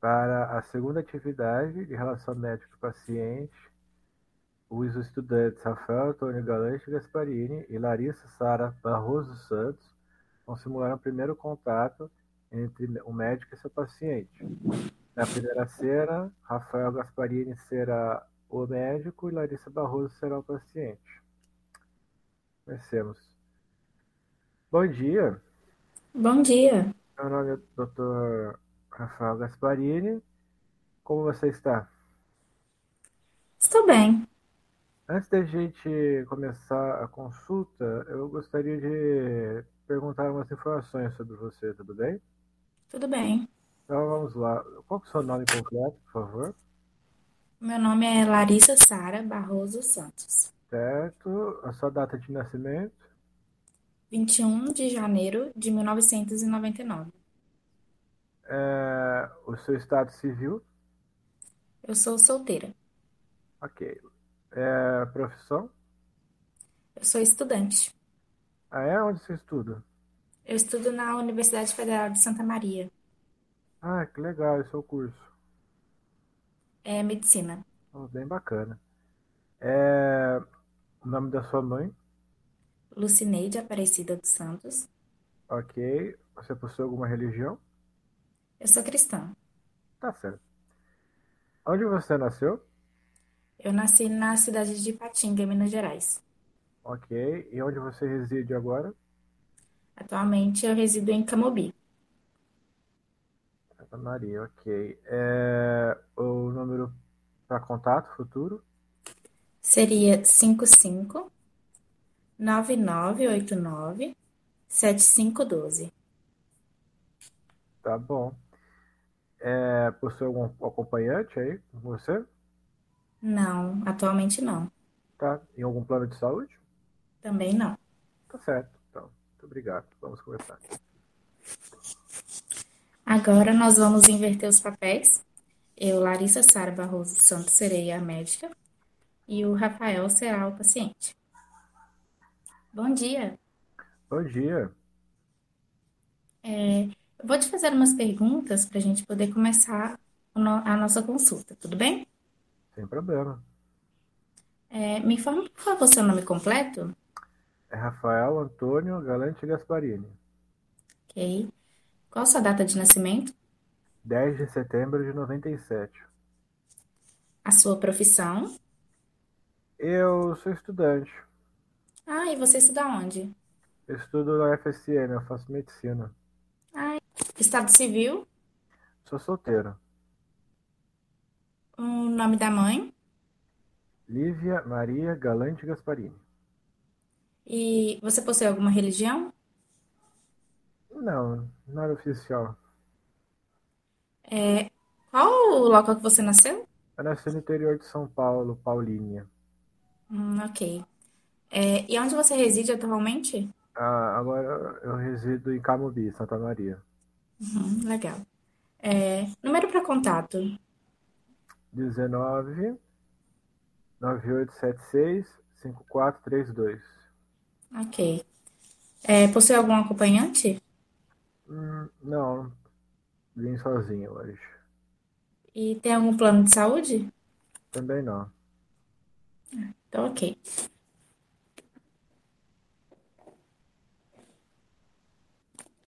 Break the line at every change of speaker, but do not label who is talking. Para a segunda atividade de relação médico-paciente, os estudantes Rafael Antônio Galante Gasparini e Larissa Sara Barroso Santos vão simular um primeiro contato entre o médico e seu paciente. Na primeira cena, Rafael Gasparini será o médico e Larissa Barroso será o paciente. Comecemos. Bom dia.
Bom dia.
Meu nome é Dr. Rafael Gasparini. Como você está?
Estou bem.
Antes da gente começar a consulta, eu gostaria de perguntar umas informações sobre você, tudo bem?
Tudo bem.
Então vamos lá. Qual que é o seu nome completo, por favor?
Meu nome é Larissa Sara Barroso Santos.
Certo. A sua data de nascimento?
21 de janeiro de 1999.
É, o seu estado civil?
Eu sou solteira.
Ok. É, profissão?
Eu sou estudante.
Ah, é? Onde você estuda?
Eu estudo na Universidade Federal de Santa Maria.
Ah, que legal esse é o curso.
É medicina.
Oh, bem bacana. É, o nome da sua mãe?
Lucineide Aparecida dos Santos.
Ok. Você possui alguma religião?
Eu sou cristã.
Tá certo. Onde você nasceu?
Eu nasci na cidade de Ipatinga, Minas Gerais.
Ok. E onde você reside agora?
Atualmente eu resido em Camobi.
Santa Maria, ok. É, o número para contato futuro?
Seria 55 9989 7512.
Tá bom. É, possui algum acompanhante aí com você?
Não, atualmente não.
Tá. Em algum plano de saúde?
Também não.
Tá certo. Então, muito obrigado. Vamos começar.
Agora nós vamos inverter os papéis. Eu, Larissa Sara Barroso Santos, serei a médica e o Rafael será o paciente. Bom dia.
Bom dia.
É, eu vou te fazer umas perguntas para a gente poder começar o no- a nossa consulta, tudo bem?
Sem problema.
É, me informa, por favor, seu nome completo?
É Rafael Antônio Galante Gasparini.
Ok. Qual sua data de nascimento?
10 de setembro de 97.
A sua profissão?
Eu sou estudante.
Ah, e você estuda onde?
Eu estudo na UFSM, né? eu faço medicina.
Ah, estado civil?
Sou solteiro.
O nome da mãe?
Lívia Maria Galante Gasparini.
E você possui alguma religião?
Não, nada oficial.
É, qual o local que você nasceu?
Eu nasci no interior de São Paulo, Paulínia.
Hum, ok. É, e onde você reside atualmente?
Ah, agora eu resido em Camobi, Santa Maria.
Uhum, legal. É, número para contato:
19 9876 5432.
Ok. É, possui algum acompanhante?
Hum, não, vim sozinho hoje.
E tem algum plano de saúde?
Também não.
Então, ok.